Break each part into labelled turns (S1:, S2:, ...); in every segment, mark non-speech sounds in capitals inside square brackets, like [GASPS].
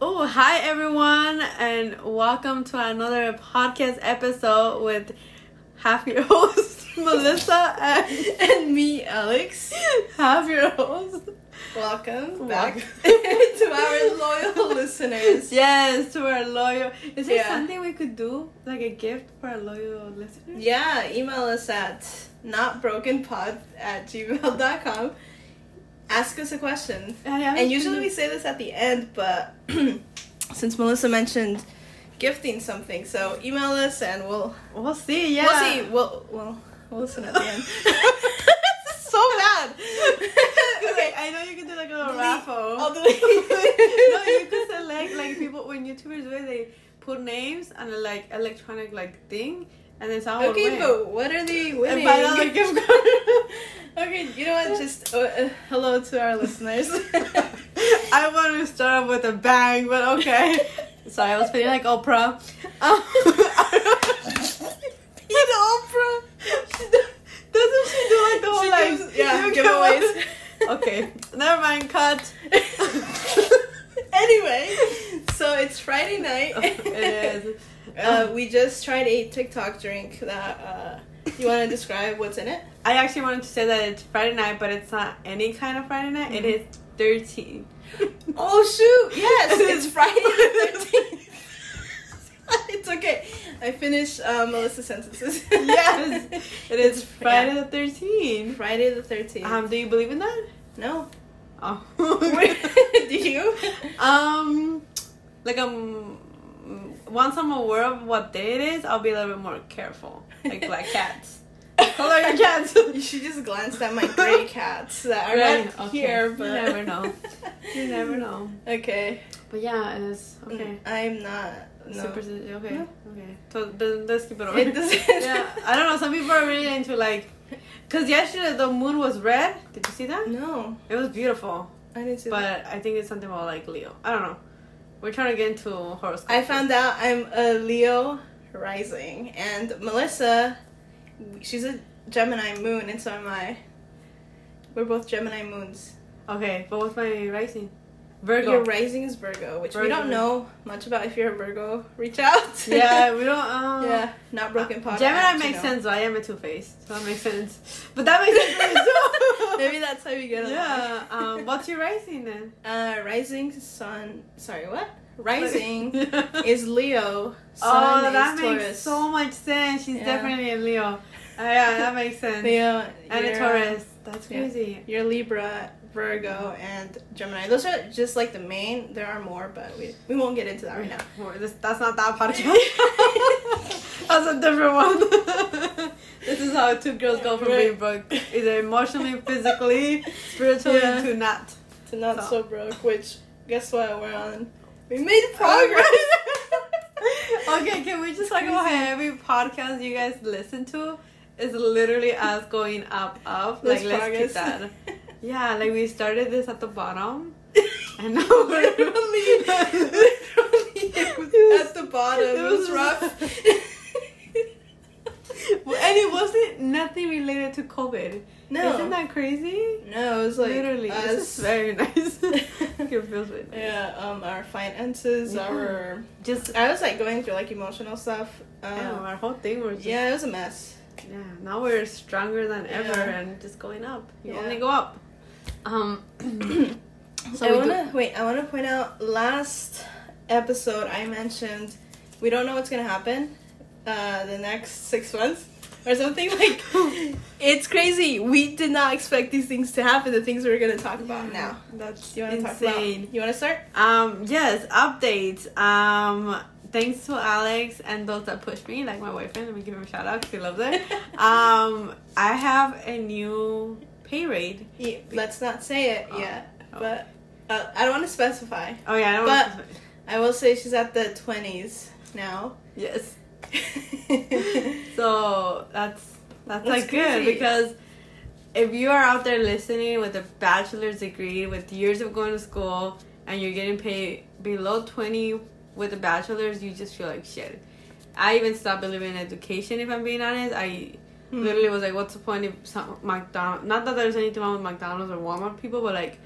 S1: Oh, hi everyone, and welcome to another podcast episode with half your [LAUGHS] host Melissa and,
S2: [LAUGHS] and me, Alex.
S1: half your host.
S2: Welcome back [LAUGHS] to our [LAUGHS] loyal listeners.
S1: Yes, to our loyal. Is there
S2: Yeah.
S1: something we could do like a gift for our loyal listeners?
S2: Yeah, email us at notbrokenpod at gmail.com. Ask us a question.
S1: I have
S2: And usually we say this at the end, but [CLEARS THROAT] since Melissa mentioned gifting something, so email us and we'll
S1: we'll see. Yeah,
S2: we'll see. We'll, we'll, we'll listen at the end. [LAUGHS] so [LAUGHS] bad.
S1: Okay, I know you can do like a little
S2: Delete.
S1: raffle. [LAUGHS]
S2: I'll [LAUGHS]
S1: no, you
S2: delete.
S1: could select like
S2: [LAUGHS]
S1: people when YouTubers do it, they put names on a like electronic like thing, and then someone
S2: Okay,
S1: would win.
S2: but what are they winning?
S1: buy another gift
S2: [LAUGHS] okay, you know what? Just uh, uh, hello to our listeners.
S1: [LAUGHS] I want to start off with a bang, but okay. Sorry, I was feeling like [LAUGHS] Oprah. Um,
S2: You know, Oprah.
S1: doesn't she do like the whole
S2: She
S1: like
S2: gives-
S1: [LAUGHS]
S2: yeah,
S1: you
S2: giveaways.
S1: can- okay, never mind. Cut. [LAUGHS]
S2: [LAUGHS] anyway, so it's Friday night.
S1: Oh, it is.
S2: [LAUGHS] Uh, we just tried a TikTok drink that. Uh, you want to describe what's in it?
S1: I actually wanted to say that it's Friday night, but it's not any kind of Friday night. It is thirteen.
S2: Oh
S1: [LAUGHS]
S2: shoot! Yes, it's Friday the 13th. [LAUGHS] it's okay. I finished uh, Melissa's sentences. [LAUGHS]
S1: Yes, [LAUGHS] It is
S2: It's fr-
S1: Friday
S2: yeah.
S1: the thirteenth.
S2: Friday the 13th.
S1: Um, do you believe in that? [LAUGHS]
S2: no.
S1: Oh. [LAUGHS]
S2: Do [LAUGHS] you?
S1: um, like um, once I'm aware of what day it is, I'll be a little bit more careful. Like black
S2: [LAUGHS]
S1: cats. Color your cats. [LAUGHS]
S2: You should just glance at my gray cats that are
S1: Right,
S2: not
S1: okay.
S2: here,
S1: You
S2: but
S1: never know. You
S2: [LAUGHS]
S1: never know.
S2: Okay.
S1: But yeah, it is okay.
S2: Mm, I'm not. Mm. No.
S1: Super, okay,
S2: No.
S1: okay. So then let's keep it over.
S2: It doesn't.
S1: [LAUGHS] yeah, I don't know. Some people are really into like, cause yesterday the moon was red. Did you see that?
S2: [LAUGHS] No,
S1: It was beautiful.
S2: I didn't see that.
S1: But I think it's something about like Leo. I don't know. We're trying to get into horoscope.
S2: I found out I'm a Leo rising, and Melissa, she's a Gemini moon, and so am I. We're both Gemini moons.
S1: Okay, but what's my rising? Virgo.
S2: Your rising is Virgo, which we
S1: Virgo.
S2: don't know much about. If you're a Virgo, reach out.
S1: [LAUGHS]
S2: [LAUGHS]
S1: Yeah, we don't. Um,
S2: yeah. Not broken pot.
S1: Gemini makes sense. [LAUGHS] Though. I am a two faced, so that makes sense. But that makes sense for me too.
S2: [LAUGHS] [LAUGHS] Maybe that's how you get along.
S1: Yeah. Um, what's your rising then?
S2: [LAUGHS] Uh, rising sun. Sorry,
S1: [LAUGHS]
S2: what? Rising
S1: oh,
S2: is Leo. Sun
S1: that
S2: is
S1: makes
S2: Taurus.
S1: so much sense. She's
S2: Yeah.
S1: definitely a Leo. Oh, yeah, that
S2: [LAUGHS]
S1: makes sense.
S2: Leo
S1: And
S2: you're,
S1: a Taurus. That's
S2: yeah.
S1: crazy.
S2: You're Libra, Virgo, and Gemini. Those are just like the main. There are more, but we we won't get into that right
S1: [LAUGHS]
S2: now.
S1: Well, this- that's not that
S2: [LAUGHS]
S1: podcast. [LAUGHS] that's a different one. [LAUGHS] this is how two girls go from being
S2: Right.
S1: broke, either emotionally, physically, spiritually,
S2: Yeah.
S1: to not.
S2: To not
S1: So- Oh,
S2: so, broke. Which guess what? We're on. We made progress.
S1: [LAUGHS] Okay, can we just talk about how every podcast you guys listen to is literally us going up, up? Like, let's keep
S2: Let's progress. [LAUGHS]
S1: that. [LAUGHS] Yeah, like we started this at the bottom.
S2: I
S1: I
S2: [LAUGHS]
S1: know.
S2: literally, it was at the bottom. It was, [LAUGHS] rough.
S1: Well, and it wasn't nothing related to COVID.
S2: no,
S1: Isn't that crazy?
S2: no, it was like
S1: Literally. This
S2: us.
S1: is very [LAUGHS]
S2: [LAUGHS]
S1: nice. it feels really nice.
S2: yeah, um, our finances,
S1: Yeah.
S2: our.
S1: Just,
S2: I was like going through like emotional stuff.
S1: I don't know,
S2: Um,
S1: our whole thing was just, yeah.
S2: yeah, it was a mess. [CLEARS THROAT]
S1: Now we're stronger than ever
S2: Yeah.
S1: and just going up. You
S2: Yeah.
S1: only go up. Um, [CLEARS THROAT] so
S2: I
S1: we
S2: wanna wait. I wanna point out last episode I mentioned we don't know what's gonna happen uh, the next six months or something [LAUGHS] like. it's crazy. We did not expect these things to happen. The things we're gonna talk about now.
S1: That's
S2: Do you wanna talk
S1: insane.
S2: about? You wanna [LAUGHS] start?
S1: Um, yes, updates. Um, thanks to Alex and those that pushed me, like my boyfriend. Let me give him a shout out 'cause he loves it.
S2: [LAUGHS]
S1: um, I have a new pay rate.
S2: Yeah, let's not say it
S1: Oh,
S2: yet,
S1: oh.
S2: but uh, I don't want to specify.
S1: Oh yeah, I don't
S2: But-
S1: want to.
S2: I will say she's at the twenties
S1: [LAUGHS]
S2: now. Hmm.
S1: Yes. [LAUGHS] So that's that's,
S2: That's
S1: like good
S2: crazy.
S1: because if you are out there listening with a bachelor's degree with years of going to school and you're getting paid below twenty with a bachelor's, you just feel like shit. I even stopped believing in education. If I'm being honest, I
S2: Hmm.
S1: literally was like, "What's the point if some McDonald? Not that there's anything wrong with McDonald's or Walmart people, but like,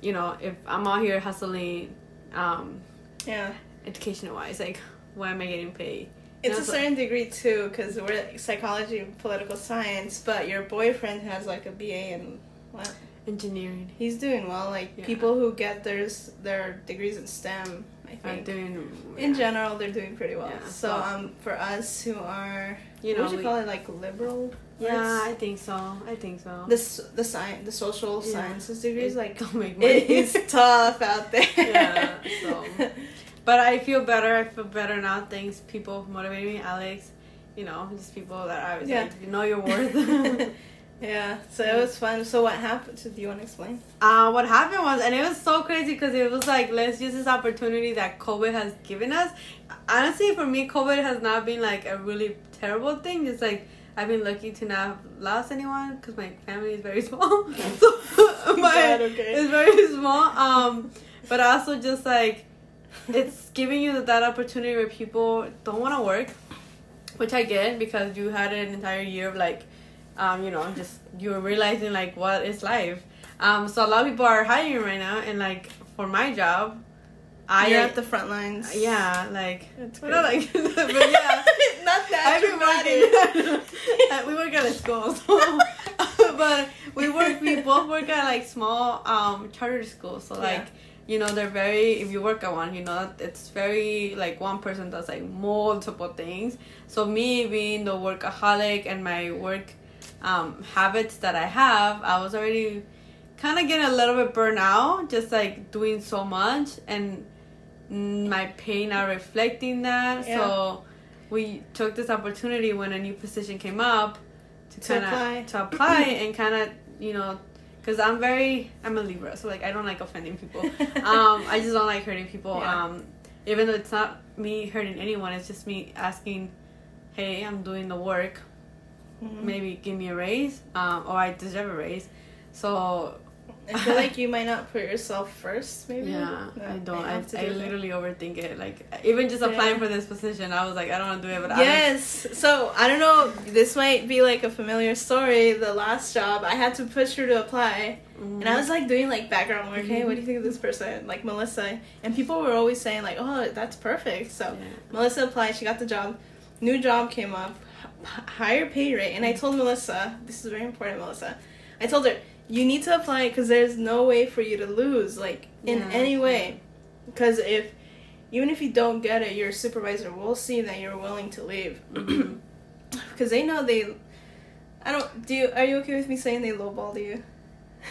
S1: you know, if I'm out here hustling, um,
S2: Yeah.
S1: educational wise. Like, why am I getting paid?
S2: It's
S1: No,
S2: a
S1: so-
S2: certain degree too, because we're psychology and political science. But your boyfriend has like a BA, and what?
S1: Engineering.
S2: He's doing well. Like
S1: Yeah.
S2: people who get theirs their degrees in STEM, I
S1: I'm
S2: think.
S1: doing.
S2: in general, they're doing pretty well.
S1: Yeah.
S2: So um, for us who are,
S1: you know,
S2: what would you
S1: we-
S2: call it, like liberal?
S1: yeah,
S2: arts?
S1: I think so. I think so.
S2: The s- the science the social
S1: Yeah.
S2: sciences degrees
S1: [LAUGHS]
S2: like
S1: don't
S2: [LAUGHS]
S1: make money.
S2: it is tough out there.
S1: Yeah, so.
S2: [LAUGHS]
S1: But I feel better. I feel better now. Thanks, people who motivated me, Alex. You know, just people that I was
S2: Yeah.
S1: like, you know
S2: [LAUGHS]
S1: your worth. [LAUGHS]
S2: yeah. So it was fun. So what happened? So do you want to explain?
S1: uh, what happened was, and it was so crazy because it was like, let's use this opportunity that COVID has given us. Honestly, for me, COVID has not been like a really terrible thing. Just like I've been lucky to not have lost anyone because my family is very [LAUGHS] small. so my
S2: God, okay.
S1: it's very [LAUGHS] small. Um, but also just like it's giving you that opportunity where people don't want to work, which I get because you had an entire year of like, um, you know, just you were realizing like what is life. Um, so a lot of people are hiring right now, and like for my job, I
S2: [LAUGHS] You're at the front lines.
S1: yeah like
S2: It's
S1: we're not like [LAUGHS] but
S2: [LAUGHS]
S1: yeah.
S2: not that
S1: I've been
S2: dramatic.
S1: working. [LAUGHS] Uh, we work at a school, so, [LAUGHS]
S2: [LAUGHS]
S1: but we work. We both work at like small um, charter schools. So like, you know, they're very. If you work at one, you know, that it's very like one person does like multiple things. So me being the workaholic and my work um, habits that I have, I was already kind of getting a little bit burnt out, just like doing so much and mm, my pay not reflecting that.
S2: Yeah.
S1: So we took this opportunity when a new position came up to,
S2: To
S1: kind
S2: apply.
S1: of to apply and kind of you know because i'm very i'm a libra so like i don't like offending
S2: [LAUGHS]
S1: people um i just don't like hurting people
S2: Yeah.
S1: um even though it's not me hurting anyone it's just me asking hey i'm doing the work
S2: Mhm.
S1: maybe give me a raise um or i deserve a raise so
S2: I feel like you might not put yourself first, maybe.
S1: yeah
S2: No,
S1: i don't i,
S2: have to
S1: I
S2: do that.
S1: literally overthink it like even just applying
S2: Yeah.
S1: for this position i was like i don't want to do it but i
S2: Yes. So I don't know. This might be like a familiar story. The last job, I had to push her to apply, and I was like doing like background work. Hey, what do you think of this person? Like Melissa, and people were always saying like, "Oh, that's perfect." So Melissa applied. She got the job. New job came up, h- higher pay rate, and I told Melissa, "This is very important, Melissa." I told her, "You need to apply because there's no way for you to lose, like in
S1: Yeah.
S2: any way, because if." Even if you don't get it, your supervisor will see that you're willing to leave
S1: Mm-hmm.
S2: [CLEARS THROAT] because they know they. I don't. Do you, are you okay with me saying they lowballed you? [LAUGHS]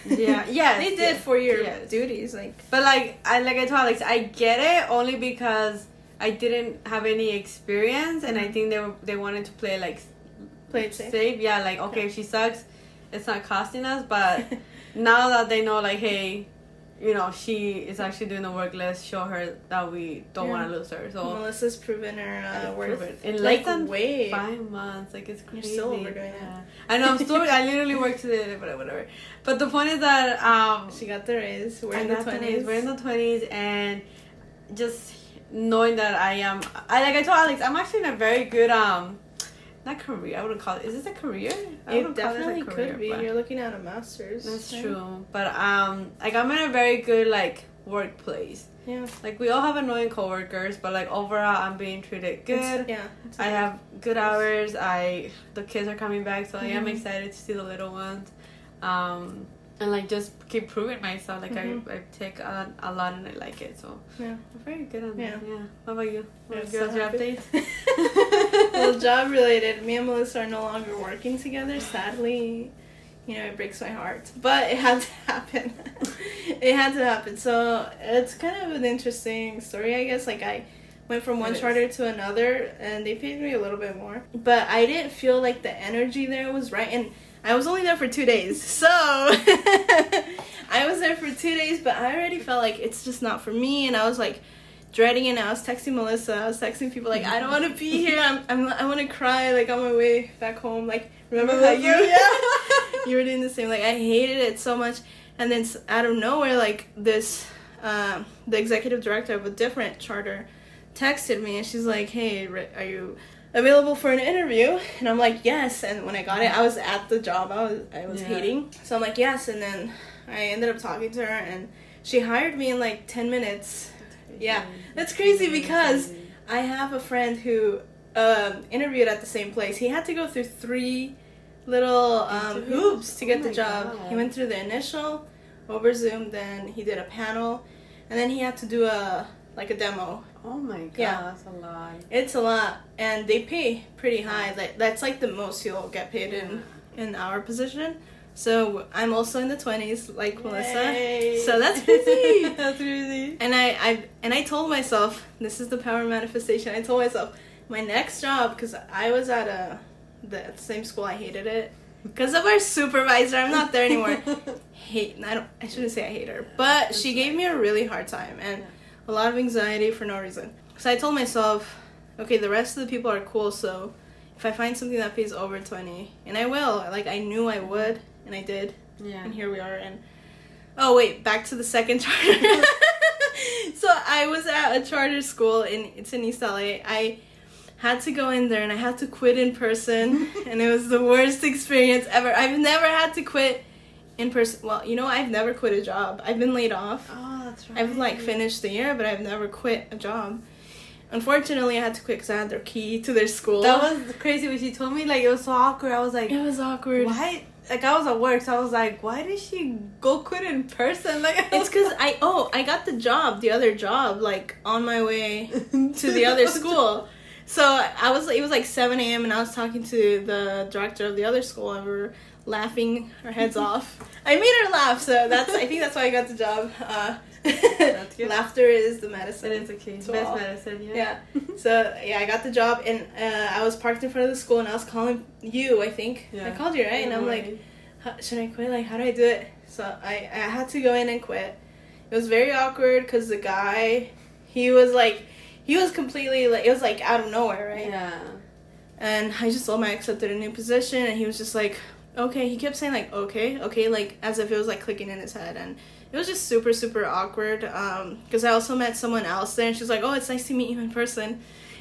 S1: Yeah, yes,
S2: they did
S1: yes,
S2: for your
S1: yes.
S2: duties, like
S1: But like I like I told Alex, I get it only because I didn't have any experience, and I think they were, they wanted to play like
S2: Mm-hmm. play it [LAUGHS] safe.
S1: Yeah, like okay, if she sucks, it's not costing us.
S2: [LAUGHS]
S1: But now that they know, like hey, you know she is actually doing the work. Let's show her that we don't
S2: Yeah.
S1: want to lose her. So
S2: Melissa's proven her uh,
S1: I've
S2: worth.
S1: proven- in less
S2: like
S1: than
S2: way.
S1: five months. Like it's
S2: You're
S1: crazy.
S2: still overdoing it.
S1: Yeah. I know. I'm still. I literally worked today, but whatever. But the point is that um,
S2: She got the raise. We're
S1: I
S2: in the
S1: got the
S2: twenties.
S1: We're in the twenties, and just knowing that I am, I like I told Alex, I'm actually in a very good um, not career. I wouldn't call it. Is this a career? I
S2: It
S1: wouldn't call this a
S2: definitely
S1: career,
S2: could be.
S1: but-
S2: You're looking at a master's.
S1: That's
S2: right?
S1: true, but um, like I'm in a very good like workplace.
S2: Yeah.
S1: Like we all have annoying coworkers, but like overall, I'm being treated
S2: It's-
S1: good.
S2: yeah.
S1: I have good hours. I the kids are coming back, so I am
S2: Mhm.
S1: excited to see the little ones, um, and like just keep proving myself. Like
S2: Mhm.
S1: I, I take on a lot and I like it. So
S2: Yeah.
S1: I'm very good on that.
S2: Yeah.
S1: Yeah. What about you? What
S2: I'm
S1: girls
S2: so
S1: your
S2: happy.
S1: updates?
S2: [LAUGHS]
S1: [LAUGHS]
S2: well, job related, me and Melissa are no longer working together. Sadly, you know, it breaks my heart, but it had to happen. [LAUGHS] it had to happen. So it's kind of an interesting story, I guess. Like I went from one
S1: It is.
S2: charter to another, and they paid me a little bit more, but I didn't feel like the energy there was right, and I was only there for two days, so [LAUGHS] I was there for two days, but I already felt like it's just not for me, and I was like dreading it. And I was texting Melissa, I was texting people like I don't want to be here. I'm, I'm I want to cry like on my way back home. Like remember how you [LAUGHS] you were doing the same. Like I hated it so much, and then s- out of nowhere, like this, um, the executive director of a different charter texted me, and she's like, "Hey, Ri- are you available for an interview?" And I'm like, "Yes." And when I got it, I was at the job I was I was
S1: Yeah.
S2: hating, so I'm like, "Yes." And then I ended up talking to her, and she hired me in like ten minutes. Yeah. That's crazy because I have a friend who um, interviewed at the same place. He had to go through three little um,
S1: Interviews?
S2: hoops to
S1: Oh
S2: get the
S1: my
S2: job.
S1: God.
S2: He went through the initial over Zoom, then he did a panel, and then he had to do a like a demo.
S1: Oh my god,
S2: Yeah.
S1: that's a lot.
S2: It's a lot, and they pay pretty high. Like that's like the most you'll get paid in in our position. So I'm also in the twenties, like Melissa.
S1: Yay.
S2: So [LAUGHS] that's crazy.
S1: [LAUGHS] that's crazy.
S2: And I, I and I told myself this is the power manifestation. I told myself my next job because I was at a the same school. I hated it because of our supervisor. I'm not there
S1: [LAUGHS]
S2: anymore. hate. I don't. I shouldn't say I hate her, but she gave me a really hard time and
S1: Yeah.
S2: a lot of anxiety for no reason. So I told myself, okay, the rest of the people are cool. So if I find something that pays over twenty, and I will. Like I knew I would, and I did
S1: yeah.
S2: and here we are and oh wait back to the second charter [LAUGHS] so i was at a charter school in it's in east la i had to go in there and i had to quit in person
S1: [LAUGHS]
S2: and it was the worst experience ever i've never had to quit in person well you know i've never quit a job i've been laid off
S1: Oh, that's right.
S2: i've like finished the year but i've never quit a job unfortunately i had to quit because i had their key to their school
S1: That was crazy when she told me like it was so awkward. I was like,
S2: it was awkward
S1: why? Like I was at work, so I was like, why did she go quit in person? Like I
S2: It's because I oh I got the job the other job like on my way
S1: [LAUGHS]
S2: to the other school, so I was it was like seven a.m. and I was talking to the director of the other school and we were laughing our
S1: [LAUGHS]
S2: heads off. I made her laugh, so that's I think that's why I got the job. Uh, [LAUGHS]
S1: good.
S2: laughter is the medicine.
S1: It is okay.
S2: It's
S1: Best
S2: all-
S1: medicine. Yeah.
S2: Yeah.
S1: [LAUGHS]
S2: So yeah, I got the job and uh, I was parked in front of the school and I was calling you. I think I
S1: Yeah.
S2: called you [LAUGHS] right, and I'm like, how, should I quit? Like, how do I do it? So I, I had to go in and quit. It was very awkward because the guy, he was like, he was completely like, it was like out of nowhere, right?
S1: yeah.
S2: And I just told him I accepted a new position, and he was just like, okay. He kept saying like, okay, okay, like as if it was like clicking in his head, and it was just super super awkward. Um, because I also met someone else there, and she was like, oh, it's nice to meet you in person,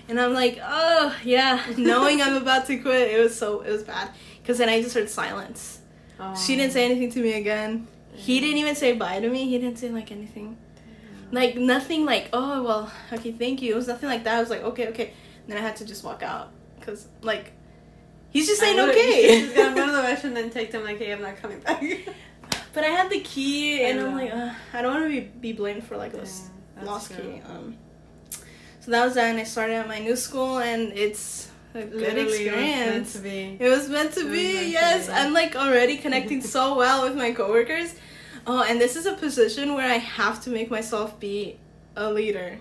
S2: and I'm like, oh yeah, knowing I'm about to quit, it was so it was bad. Because then I just heard silence.
S1: Oh.
S2: She didn't say anything to me again.
S1: Mm.
S2: He didn't even say bye to me. He didn't say like anything. Like nothing like, oh, well, okay, thank you. It was nothing like that. I was like, okay, okay. And then I had to just walk out cuz like he's just saying
S1: I would've- [LAUGHS] She's
S2: [LAUGHS]
S1: gonna go to
S2: okay.
S1: the restroom, then take them like, hey, I'm not coming back. [LAUGHS]
S2: but I had the key and I'm
S1: Yeah.
S2: like, uh, I don't want to be, be blamed for like this
S1: Yeah,
S2: lost
S1: that's
S2: key.
S1: true.
S2: Um so that was that and I started at my new school and it's a good
S1: Literally, it was meant
S2: experience.
S1: to be.
S2: It was meant
S1: It
S2: to
S1: was
S2: be,
S1: meant to
S2: yes.
S1: be.
S2: I'm like already
S1: [LAUGHS]
S2: connecting so well with my coworkers. Oh, and this is a position where I have to make myself be a leader.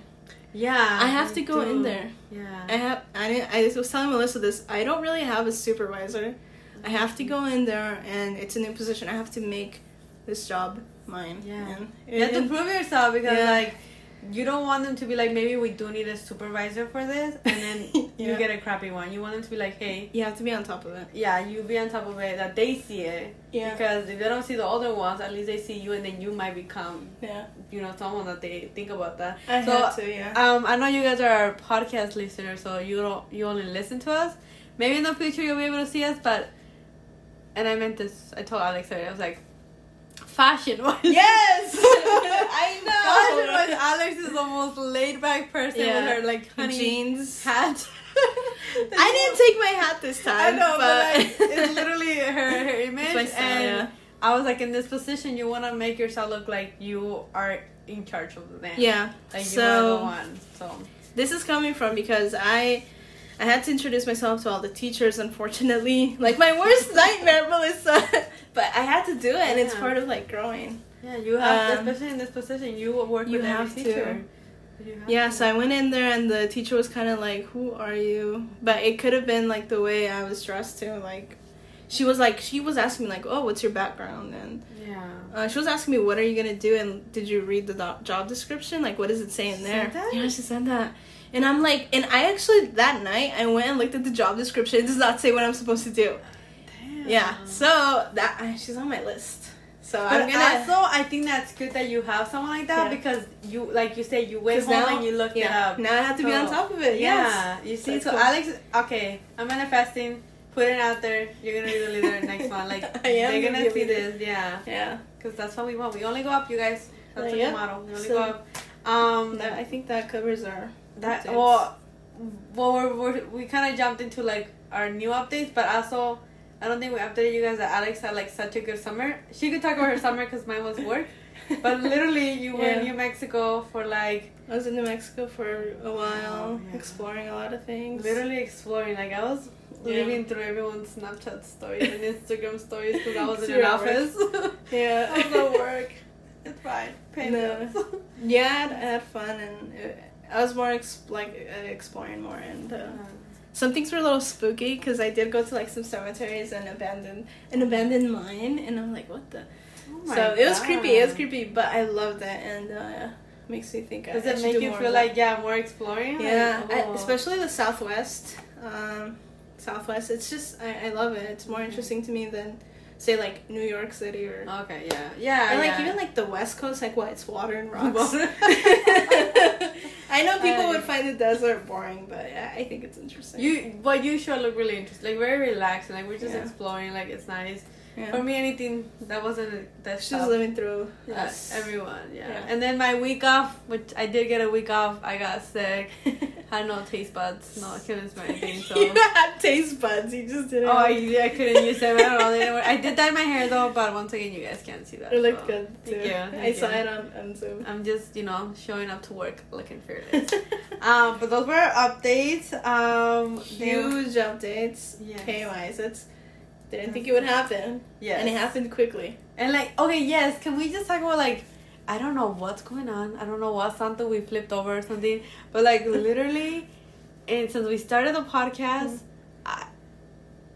S1: Yeah.
S2: I have to
S1: you
S2: go in
S1: do.
S2: there.
S1: Yeah.
S2: I have I didn't, I was telling Melissa this. I don't really have a supervisor. I have to go in there and it's a new position. I have to make this job mine.
S1: Yeah.
S2: And
S1: You have to
S2: it-
S1: prove yourself because
S2: Yeah.
S1: like you don't want them to be like maybe we do need a supervisor for this and then you
S2: [LAUGHS] Yeah.
S1: get a crappy one. You want them to be like, hey,
S2: you have to be on top of it.
S1: yeah, you be on top of it that they see it because if they don't see the other ones, at least they see you and then you might become
S2: Yeah.
S1: you know someone that they think about that.
S2: I
S1: So,
S2: had to,
S1: [LAUGHS]
S2: yeah.
S1: Um, I know you guys are our podcast listeners, so you don't you only listen to us. Maybe in the future you'll be able to see us, but and I meant this. I told Alex earlier. I was like, fashion [LAUGHS] wise.
S2: yes. [LAUGHS] I [LAUGHS]
S1: Fashion
S2: know.
S1: wise, Alex is the most laid back person
S2: Yeah.
S1: with her like honey
S2: Jeans. [LAUGHS]
S1: hat.
S2: I didn't take my hat this
S1: I
S2: time.
S1: know, but,
S2: but
S1: like,
S2: [LAUGHS]
S1: it's literally her, her image.
S2: It's my style,
S1: and
S2: yeah.
S1: I was like, in this position, you want to make yourself look like you are in charge of the band.
S2: yeah.
S1: Like you are the
S2: so
S1: one. So
S2: this is coming from because I I had to introduce myself to all the teachers, unfortunately. [LAUGHS] Like my
S1: [LAUGHS]
S2: worst nightmare, Melissa. [LAUGHS] but I had to do it, and it's
S1: Yeah.
S2: part of like growing.
S1: yeah, you have,
S2: Um,
S1: especially in this position, you will work
S2: you
S1: with
S2: have to.
S1: every teacher. You have
S2: Yeah.
S1: to.
S2: So I went in there, and the teacher was kind of like, "Who are you?" But it could have been like the way I was dressed too. Like she was like she was asking me like, "Oh, what's your background?" and
S1: yeah.
S2: Uh, she was asking me, "What are you gonna do?" And did you read the do- job description? Like, what does it say in
S1: She
S2: there?
S1: said that?
S2: Yeah, she said that. And I'm like, and I actually that night I went and looked at the job description. It does not say what I'm supposed to do.
S1: Damn.
S2: Yeah. So that uh, she's on my list. So
S1: But
S2: I'm gonna.
S1: also, I think that's good that you have someone like that
S2: Yeah.
S1: because you, like you say, you went
S2: 'Cause
S1: home
S2: now-
S1: and you looked it
S2: [LAUGHS] yeah,
S1: up.
S2: Now I have to be on
S1: So,
S2: top of it. Yes.
S1: Yeah, you see,
S2: That's
S1: so
S2: cool.
S1: Alex, okay, I'm manifesting. Put it out there. You're gonna be the leader next one. Like
S2: [LAUGHS] I am
S1: they're gonna
S2: gonna be a
S1: see
S2: leader.
S1: this, yeah,
S2: Yeah.
S1: because that's what we want. We only go up, you guys. That's
S2: Uh,
S1: the
S2: yeah.
S1: motto. We only
S2: So-
S1: go up. Um,
S2: That, I think that covers [LAUGHS] our
S1: that
S2: updates.
S1: well, well, we're, we're, we kind of jumped into like our new updates, but also I don't think we updated you guys that Alex had like such a good summer. She could talk about her summer because mine was work, but literally you were in
S2: Yeah.
S1: New Mexico for like
S2: I was in New Mexico for a while,
S1: Oh, yeah.
S2: exploring a lot of things.
S1: literally exploring. Like I was
S2: Yeah.
S1: living through everyone's Snapchat stories and Instagram stories because I was in
S2: You're
S1: an
S2: at [LAUGHS]
S1: office.
S2: Yeah.
S1: I was at
S2: [LAUGHS]
S1: work. It's fine. Pay [LAUGHS]
S2: No.
S1: bills.
S2: Yeah, I had, I had fun and it, I was more exp- like uh, exploring more and uh, some things were a little spooky because I did go to like some cemeteries and abandoned an abandoned mine and I'm like, what the?
S1: Oh
S2: so
S1: my
S2: it was creepy. It was
S1: God.
S2: creepy, but I loved it and uh, makes me think. I-
S1: Does
S2: I
S1: it
S2: should
S1: make
S2: do
S1: you
S2: more
S1: feel
S2: of that.
S1: like yeah, more exploring?
S2: Yeah,
S1: Like,
S2: I-
S1: oh.
S2: especially the Southwest. Um, Southwest, it's just I, I love it. It's
S1: Mm-hmm.
S2: more interesting to me than say like New York City or,
S1: Okay, yeah, yeah,
S2: or like
S1: Ah, yeah.
S2: even like the West Coast. Like what? It's water
S1: [LAUGHS]
S2: and rocks.
S1: Water.
S2: [LAUGHS] I know people
S1: Uh,
S2: would find the desert boring, but I, I think it's interesting.
S1: you, but you sure look really interesting, like very relaxed, and like we're just
S2: Yeah.
S1: exploring, like it's nice.
S2: yeah.
S1: For me, anything that wasn't that
S2: She's
S1: stuff,
S2: living through
S1: um, uh,
S2: yes. [LAUGHS]
S1: everyone, yeah.
S2: Yeah.
S1: And then my week off, which I did get a week off, I got sick, had no taste buds, no, I couldn't smell anything,
S2: [LAUGHS]
S1: so.
S2: you had taste buds. You just didn't.
S1: Oh, I, I couldn't use them at all. They didn't work. I did dye my hair though, but once again, you guys can't see that.
S2: It looked
S1: so.
S2: good too.
S1: Thank you,
S2: I
S1: Oh, thank
S2: saw
S1: you.
S2: it on, on Zoom.
S1: I'm just, you know, showing up to work looking fearless. [LAUGHS]
S2: [LAUGHS]
S1: Um, but those were our updates. Um, you,
S2: Huge updates,
S1: Yes.
S2: pay wise. It's didn't think it would happen,
S1: yes.
S2: and it happened quickly.
S1: And like, okay, yes. Can we just talk about like, I don't know what's going on. I don't know what Santa we flipped over or something. But
S2: [LAUGHS]
S1: like, literally, and since we started the
S2: Mm-hmm.
S1: podcast, I,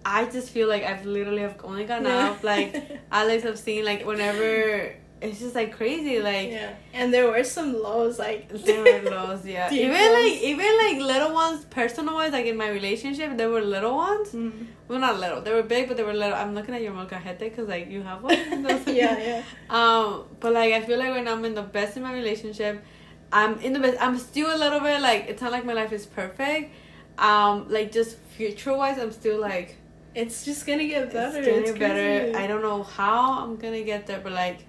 S1: I just feel like I've literally have only gone
S2: Yeah.
S1: up.
S2: [LAUGHS]
S1: Like, Alex, I've seen like whenever it's just like crazy. Like,
S2: yeah, and there were some lows, like
S1: There were
S2: [LAUGHS]
S1: lows, yeah.
S2: Deep
S1: even
S2: lows.
S1: like even like little ones, personal ones, like in my relationship, there were little ones.
S2: Mm.
S1: Well, not little. They were big, but they were little. I'm looking at your molcajete because like you have
S2: [LAUGHS]
S1: one.
S2: [LAUGHS] yeah, yeah.
S1: Um, but like I feel like right now I'm in the best in my relationship. I'm in the best. I'm still a little bit like it's not like my life is perfect. Um, like just future wise, I'm still like
S2: It's just gonna get better.
S1: it's getting
S2: It's
S1: better.
S2: crazy.
S1: I don't know how I'm gonna get there, but like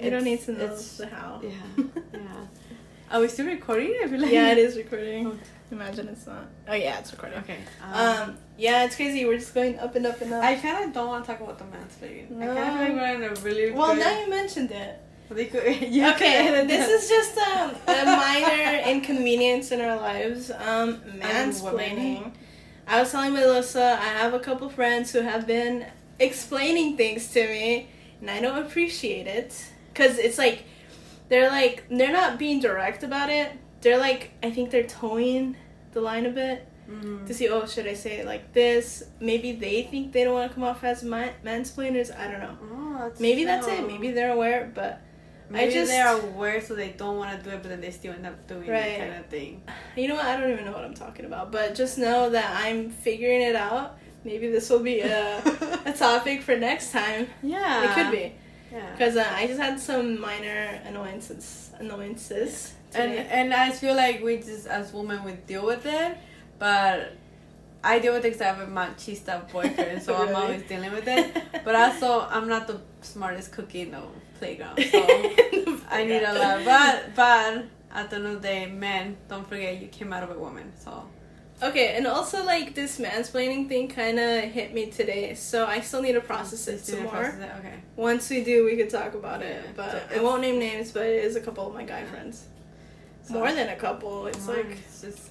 S2: We don't need to know
S1: it's-
S2: the how. [LAUGHS]
S1: yeah, yeah. Are we still recording? I feel like
S2: yeah, it is recording. Imagine it's not. Oh yeah, it's recording.
S1: Okay.
S2: Um, yeah, it's crazy. We're just going up and up and up.
S1: I kind of don't want to talk about the mansplaining. I kind of feel like
S2: No.
S1: we're in a really
S2: well,
S1: good-
S2: now you mentioned it.
S1: They could- [LAUGHS] you
S2: okay,
S1: [LAUGHS] could-
S2: this is just um, a
S1: [LAUGHS]
S2: minor inconvenience in our lives. Um, mansplaining. I was telling Melissa, I have a couple friends who have been explaining things to me, and I don't appreciate it because it's like they're like they're not being direct about it. They're like I think they're towing the line a bit
S1: Mm.
S2: to see. Oh, should I say it like this? Maybe they think they don't want to come off as man- mansplainers. I don't know.
S1: Oh, that's
S2: Maybe that's
S1: true.
S2: it. Maybe they're aware, but
S1: Maybe
S2: just-
S1: they're aware, so they don't want to do it, but then they still end up doing
S2: Right.
S1: it, kind of
S2: [LAUGHS]
S1: thing.
S2: You know what? I don't even know what I'm talking about, but just know that I'm figuring it out. Maybe this will be
S1: [LAUGHS]
S2: a, a topic for next time.
S1: yeah,
S2: it could be
S1: Yeah.
S2: because uh, I just had some minor annoyances. Annoyances.
S1: And [LAUGHS]
S2: today.
S1: and I feel like we just as women we deal with it, but I deal with it because I have a machista boyfriend, so I'm
S2: [LAUGHS] Really?
S1: always dealing with it. But also, I'm not the smartest cookie in the playground, [LAUGHS] so.
S2: [LAUGHS]
S1: I need a [LAUGHS] lot, but but at the end of the day, men, don't forget you came out of a woman. So
S2: okay, and also like this mansplaining thing kind of hit me today, so I still need to process it
S1: Just do
S2: some
S1: the
S2: more.
S1: process, Okay.
S2: Once we do, we could talk about it,
S1: Yeah,
S2: but
S1: so
S2: I
S1: it's-
S2: won't name names. But it is a couple of my guy
S1: Yeah.
S2: friends.
S1: So-
S2: More than a couple. It's
S1: More,
S2: like
S1: it's just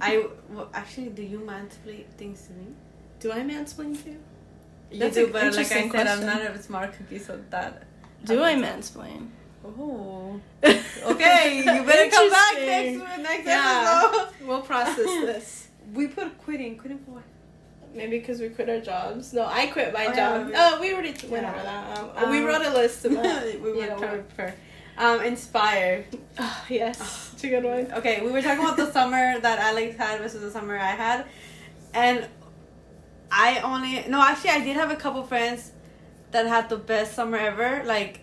S1: I well, actually do you mansplain things to me?
S2: Do I mansplain to you?
S1: You
S2: That's
S1: do,
S2: an
S1: but like I said,
S2: interesting
S1: I'm
S2: question.
S1: not a smart cookie, so that.
S2: Do I [LAUGHS] mansplain?
S1: Oh. [LAUGHS] Okay, you better come back next next
S2: Yeah.
S1: episode.
S2: We'll [LAUGHS] process this.
S1: We put quitting, quitting for what? [LAUGHS]
S2: Maybe because we quit our jobs. No, I quit my
S1: Oh, yeah,
S2: job.
S1: we-
S2: Oh, we already went
S1: Yeah.
S2: over that. Um,
S1: Um,
S2: we wrote a list
S1: we
S2: [LAUGHS] of
S1: were [LAUGHS]
S2: that. Yeah,
S1: trying to
S2: we-
S1: prepare. Um, inspire.
S2: oh, yes, it's a good one.
S1: Okay, we were talking about the summer that Alex had versus the summer I had, and I only no actually I did have a couple friends that had the best summer ever. Like,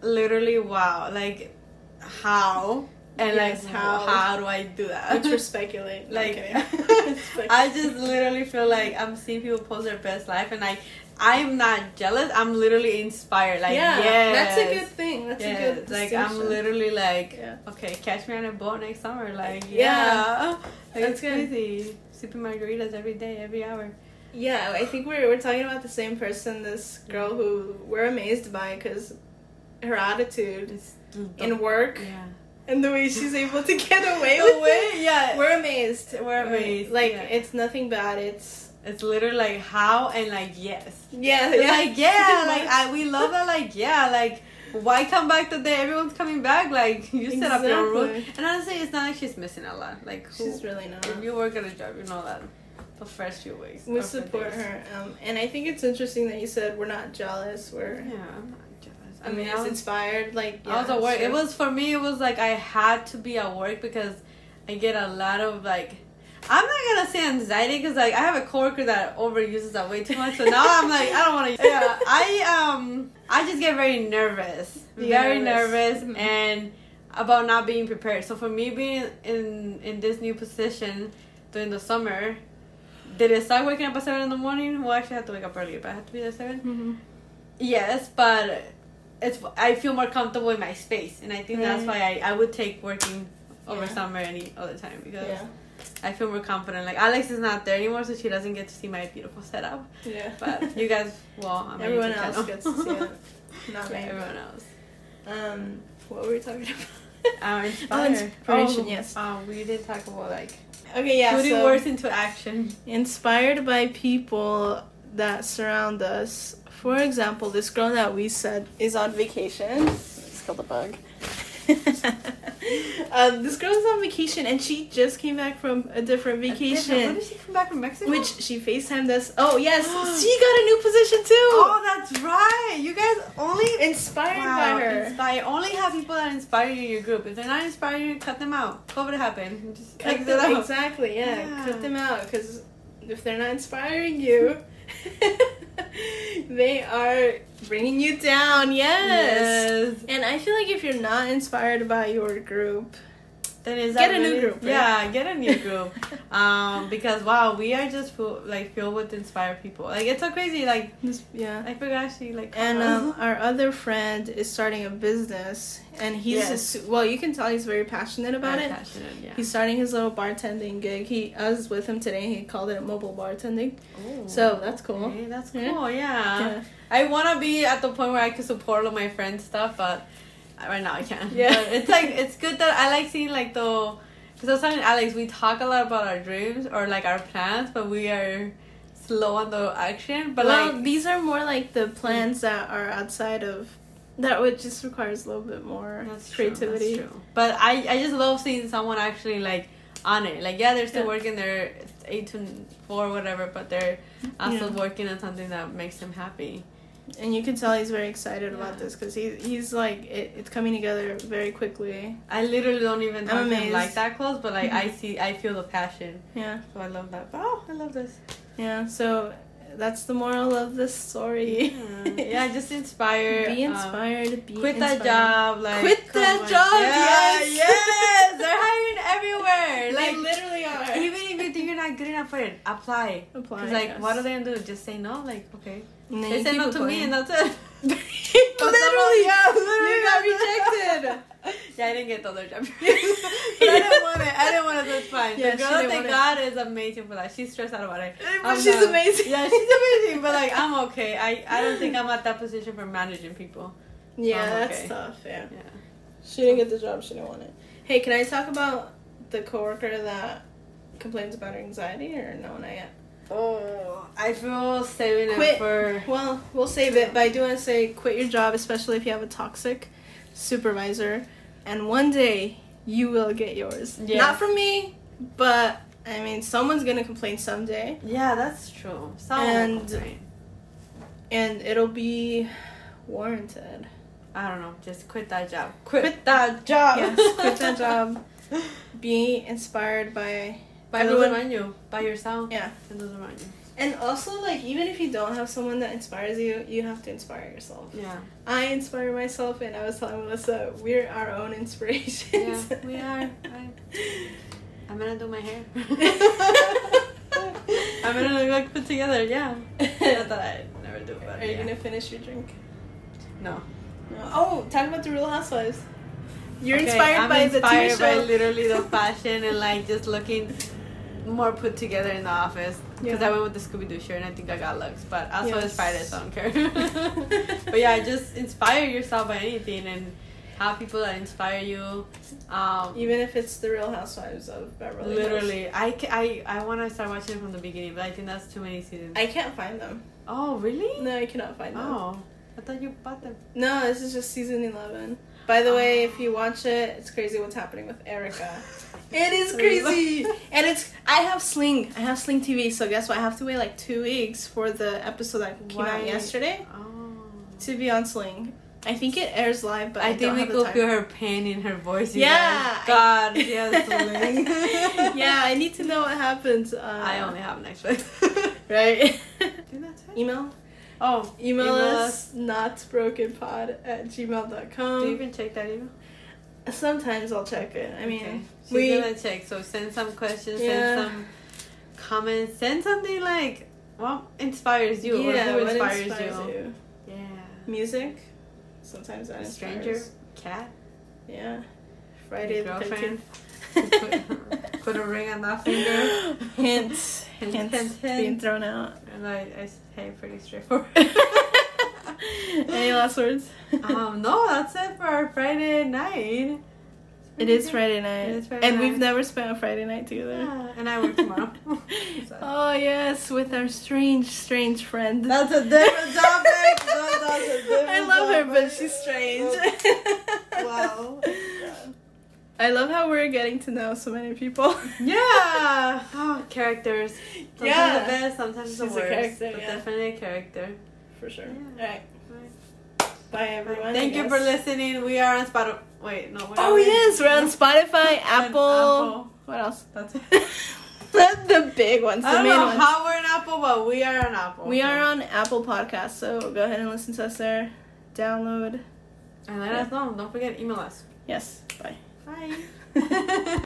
S1: literally, wow! Like, how? and
S2: Yes,
S1: like
S2: how-
S1: how how do I do that?
S2: Which [LAUGHS]
S1: [LAUGHS]
S2: we're speculating. No,
S1: like
S2: I'm kidding.
S1: [LAUGHS]
S2: [LAUGHS]
S1: I just literally feel like I'm seeing people post their best life, and I I'm not jealous. I'm literally inspired. Like
S2: yeah,
S1: yes,
S2: that's a good thing. That's a good
S1: yes. Like I'm
S2: distinction.
S1: literally like
S2: Yeah.
S1: okay, catch me on a boat next summer. Like
S2: Yeah.
S1: yeah, like,
S2: That's
S1: it's
S2: good.
S1: crazy. Sipping margaritas every day, every hour.
S2: Yeah, I think we're, we're talking about the same person, this girl who we're amazed by because her attitude
S1: It's
S2: in work
S1: [LAUGHS] yeah.
S2: and the way she's able to [LAUGHS] get away with
S1: away,
S2: it.
S1: yeah.
S2: We're amazed. We're
S1: Amazed,
S2: amazed. Like,
S1: yeah.
S2: it's nothing bad. It's.
S1: It's literally like how and like yes.
S2: Yeah,
S1: It's Like
S2: [LAUGHS]
S1: yeah, like I we love that like yeah, like why come back the day everyone's coming back? Like [LAUGHS] you set up your own rule.
S2: Exactly.
S1: And honestly it's not like she's missing a lot. Like who,
S2: She's really not.
S1: if you work at a job you know that. The first few weeks.
S2: We
S1: or few
S2: support
S1: days.
S2: her. Um, and I think it's interesting that you said we're not jealous. We're
S1: Yeah, I'm not jealous. I
S2: amazed,
S1: mean I was,
S2: inspired. Like, yeah,
S1: I was at
S2: that's
S1: work. It
S2: true.
S1: was for me it was like I had to be at work because I get a lot of like I'm not gonna say anxiety because like I have a coworker that overuses that way too much. So now I'm like I don't
S2: [LAUGHS]
S1: want to. Yeah, I um I just get very nervous,
S2: You're
S1: very
S2: nervous.
S1: nervous,
S2: Mhm.
S1: and about not being prepared. So for me being in in this new position during the summer, did it start waking up at seven in the morning? Well, actually, I have to wake up early, but I have to be there at seven.
S2: Mhm.
S1: Yes, but it's I feel more comfortable in my space, and I think that's why I, I would take working over
S2: Mm. Yeah.
S1: summer any other time because
S2: [LAUGHS] Yeah.
S1: I feel more confident. Like Alex is not there anymore, so she doesn't get to see my beautiful setup.
S2: Yeah.
S1: But
S2: [LAUGHS]
S1: you guys, well, I'm
S2: Everyone else gets to see it.
S1: [LAUGHS]
S2: [LAUGHS]
S1: yeah,
S2: Not me.
S1: everyone else.
S2: Um, what were we talking
S1: I'm
S2: [LAUGHS] about? Oh,
S1: inspired.
S2: inspiration, yes.
S1: Um, we did talk about like
S2: Okay, yeah.
S1: putting
S2: so
S1: words into action.
S2: inspired by people that surround us. For example, this girl that we said is on vacation. It's called a bug. [LAUGHS] um, this girl is on vacation and she just came back from a different
S1: When
S2: vacation.
S1: did she come back from Mexico?
S2: Which she FaceTimed us. Oh, yes, she got a new position too!
S1: Oh, that's right. You guys only
S2: inspired
S1: Wow,
S2: by her.
S1: Inspire. Only have people that inspire you in your group. If they're not inspiring you, cut them out. COVID happened. [LAUGHS] Just
S2: Cut [LAUGHS]
S1: exit
S2: them-
S1: out.
S2: Exactly, yeah.
S1: Yeah.
S2: Cut them out because if they're not inspiring you, [LAUGHS] they are bringing you down. Yes.
S1: Yes.
S2: And I feel like if you're not inspired by your group,
S1: Then is
S2: Get
S1: that
S2: a new
S1: really-
S2: group, right?
S1: Yeah, get a
S2: [LAUGHS]
S1: new group. um, because wow, we are just full, like filled with inspired people. Like it's so crazy. Like
S2: This- yeah.
S1: I forgot she like.
S2: And um,
S1: Uh-huh.
S2: our other friend is starting a business, and he's a
S1: Yes.
S2: su- well, you can tell he's very passionate about
S1: Very
S2: it.
S1: passionate, Yeah.
S2: He's starting his little bartending gig. He I was with him today. He called it mobile bartending. So that's cool. Uh,
S1: Okay, that's cool.
S2: Yeah.
S1: Yeah.
S2: Yeah.
S1: I wanna be at the point where I can support all my friends' stuff, but right now I can't.
S2: Yeah.
S1: But it's like it's good that I like seeing like the because I was telling Alex we talk a lot about our dreams or like our plans, but we are slow on the action. But
S2: well,
S1: like
S2: these are more like the plans that are outside of that would just requires a little bit more
S1: true,
S2: creativity.
S1: that's true. But I I just love seeing someone actually like on it. Like yeah, they're still
S2: Yeah.
S1: working their eight to four whatever, but they're also
S2: Yeah.
S1: working on something that makes them happy.
S2: And you can tell he's very excited about
S1: Yeah.
S2: this because he he's like it, it's coming together very quickly.
S1: I literally don't even
S2: I'm
S1: talk to him
S2: amazed.
S1: like that close, but like
S2: [LAUGHS]
S1: I
S2: Mhm.
S1: see, I feel the passion.
S2: Yeah,
S1: So I love that. Oh, I love this. [LAUGHS]
S2: yeah. So that's the moral of this story. [LAUGHS]
S1: yeah, just inspire.
S2: be
S1: um,
S2: inspired. be
S1: quit
S2: inspired.
S1: that job. Like
S2: Quit
S1: come
S2: that
S1: on.
S2: job, yes.
S1: Yeah, yes. They're hiring everywhere.
S2: They
S1: Like
S2: literally are.
S1: even if you think you're not good enough for it, apply.
S2: Apply,
S1: 'Cause, like,
S2: yes.
S1: what are they gonna do? Just say no? Like okay.
S2: And then
S1: They
S2: you
S1: say
S2: keep
S1: no to me,
S2: applying. [LAUGHS]
S1: and that's it. [LAUGHS] But somehow-
S2: literally,
S1: yeah,
S2: you
S1: literally
S2: got
S1: that's-
S2: rejected.
S1: [LAUGHS] Yeah, I didn't get the other job. [LAUGHS] but I didn't want it. I didn't want it. That's fine.
S2: Yeah, she
S1: the girl,
S2: didn't
S1: thank
S2: want
S1: God, is amazing for that. She's stressed out about
S2: [LAUGHS]
S1: it.
S2: But
S1: I'm
S2: she's
S1: not-
S2: amazing.
S1: Yeah, she's amazing, but like I'm okay. I, I don't think I'm at that position for managing people.
S2: Yeah,
S1: Um,
S2: that's
S1: okay.
S2: tough. Yeah.
S1: Yeah.
S2: She didn't get the job. She didn't want it. Hey, can I talk about the coworker that complains about her anxiety or no? Not yet.
S1: Oh, I feel saving
S2: Quit.
S1: it for
S2: Well, we'll save it. But I do want to say, quit your job, especially if you have a toxic supervisor, and one day you will get yours.
S1: Yes.
S2: Not from me, but I mean, someone's gonna complain someday,
S1: yeah, that's true. Someone
S2: And-
S1: will complain.
S2: and it'll be warranted.
S1: I don't know. Just quit that job. Quit,
S2: Quit-
S1: that job.
S2: Yes, [LAUGHS] quit that job.
S1: [LAUGHS]
S2: Be inspired by
S1: By
S2: Everyone-
S1: those around you. By yourself.
S2: yeah.
S1: And those around you.
S2: And also, like, even if you don't have someone that inspires you, you have to inspire yourself.
S1: Yeah.
S2: I inspire myself, and I was telling Melissa, we're our own inspirations.
S1: Yeah, we are.
S2: [LAUGHS]
S1: I'm gonna do my hair. [LAUGHS] I'm gonna look like put together. Yeah. Not that I never do, but
S2: Are you
S1: yeah.
S2: gonna finish your drink?
S1: No.
S2: No. Oh, talk about the Real Housewives. You're
S1: Okay,
S2: inspired
S1: I'm
S2: by
S1: inspired
S2: the TV
S1: by
S2: show.
S1: literally
S2: [LAUGHS]
S1: the fashion and like just looking more put together in the office because
S2: Yeah.
S1: I went with the Scooby Doo shirt and I think I got looks, but I also
S2: Yes.
S1: inspired it, so I don't
S2: [LAUGHS]
S1: care. but yeah, just inspire yourself by anything and have people that inspire you. Um,
S2: Even if it's the Real Housewives of Beverly Hills.
S1: literally, I ca- I I want to start watching it from the beginning, but I think that's too many seasons.
S2: I can't find them.
S1: oh really?
S2: No, I cannot find them.
S1: Oh, I thought you bought them.
S2: No, this is just season 11. By the way, if you watch it, it's crazy what's happening with Erica. It is crazy. and it's I have Sling. I have Sling TV, so guess what? I have to wait like 2 weeks for the episode that came
S1: Why?
S2: out yesterday
S1: Oh.
S2: to be on Sling. I think it airs live, but I,
S1: I think
S2: don't
S1: we
S2: have the
S1: could
S2: time.
S1: feel her pain in her voice. you
S2: [LAUGHS] Yeah,
S1: guys.
S2: I- [LAUGHS]
S1: God, yes, Lynn.
S2: yeah, I need to know what happens. Uh,
S1: [LAUGHS] I only have
S2: [LAUGHS]
S1: Netflix.
S2: right. [LAUGHS]
S1: Think that's it?
S2: Email
S1: Oh,
S2: email
S1: Email
S2: us notbrokenpod at
S1: do you
S2: gmail.com.
S1: even check that email?
S2: Sometimes I'll check it. Um, I mean,
S1: Okay. She's
S2: we-
S1: gonna check. So send some questions,
S2: Yeah.
S1: send some comments, send something like what inspires you or who
S2: what
S1: inspires,
S2: inspires
S1: you.
S2: you?
S1: Yeah.
S2: Music. Sometimes that
S1: A
S2: inspires.
S1: stranger, cat,
S2: Yeah. Friday the
S1: girlfriend.
S2: [LAUGHS] 13th.
S1: [LAUGHS] Put a ring on that
S2: [LAUGHS]
S1: finger.
S2: [GASPS] Hints.
S1: Hint,
S2: Hints
S1: hint,
S2: being
S1: hint.
S2: thrown
S1: [LAUGHS]
S2: out.
S1: And I, I say pretty straightforward. [LAUGHS]
S2: Any last words?
S1: um, no, that's it for our Friday night. [LAUGHS]
S2: it is Friday night.
S1: It is Friday
S2: and
S1: night.
S2: we've never spent a Friday night together.
S1: Yeah, and I work [LAUGHS]
S2: [LAUGHS]
S1: tomorrow. So.
S2: Oh yes, with our strange, strange friend.
S1: That's a different topic. No, that's
S2: [LAUGHS]
S1: a different
S2: I love her, but
S1: topic. Oh,
S2: she's strange.
S1: Wow.
S2: [LAUGHS] I love how we're getting to know so
S1: [LAUGHS]
S2: many people.
S1: Yeah. Oh, characters. Sometimes
S2: Yeah.
S1: the best, sometimes the
S2: She's a
S1: worst.
S2: character,
S1: but
S2: yeah.
S1: definitely a character.
S2: For sure.
S1: Yeah.
S2: All right. Bye everyone.
S1: Thank
S2: I
S1: you for
S2: guess.
S1: listening. We are on Spotify. Wait, no. Where
S2: Oh
S1: are we?
S2: yes, we're
S1: [LAUGHS]
S2: on Spotify, Apple.
S1: Apple.
S2: What
S1: [LAUGHS]
S2: else?
S1: That's it.
S2: That's the big ones,
S1: I
S2: the
S1: don't
S2: main
S1: know
S2: ones.
S1: how we're on Apple, but we are on Apple.
S2: we are on Apple Podcasts, so go ahead and listen to us there. Download.
S1: And let us know. Don't forget, email us. [LAUGHS]
S2: Yes. Bye. [LAUGHS]
S1: Bye.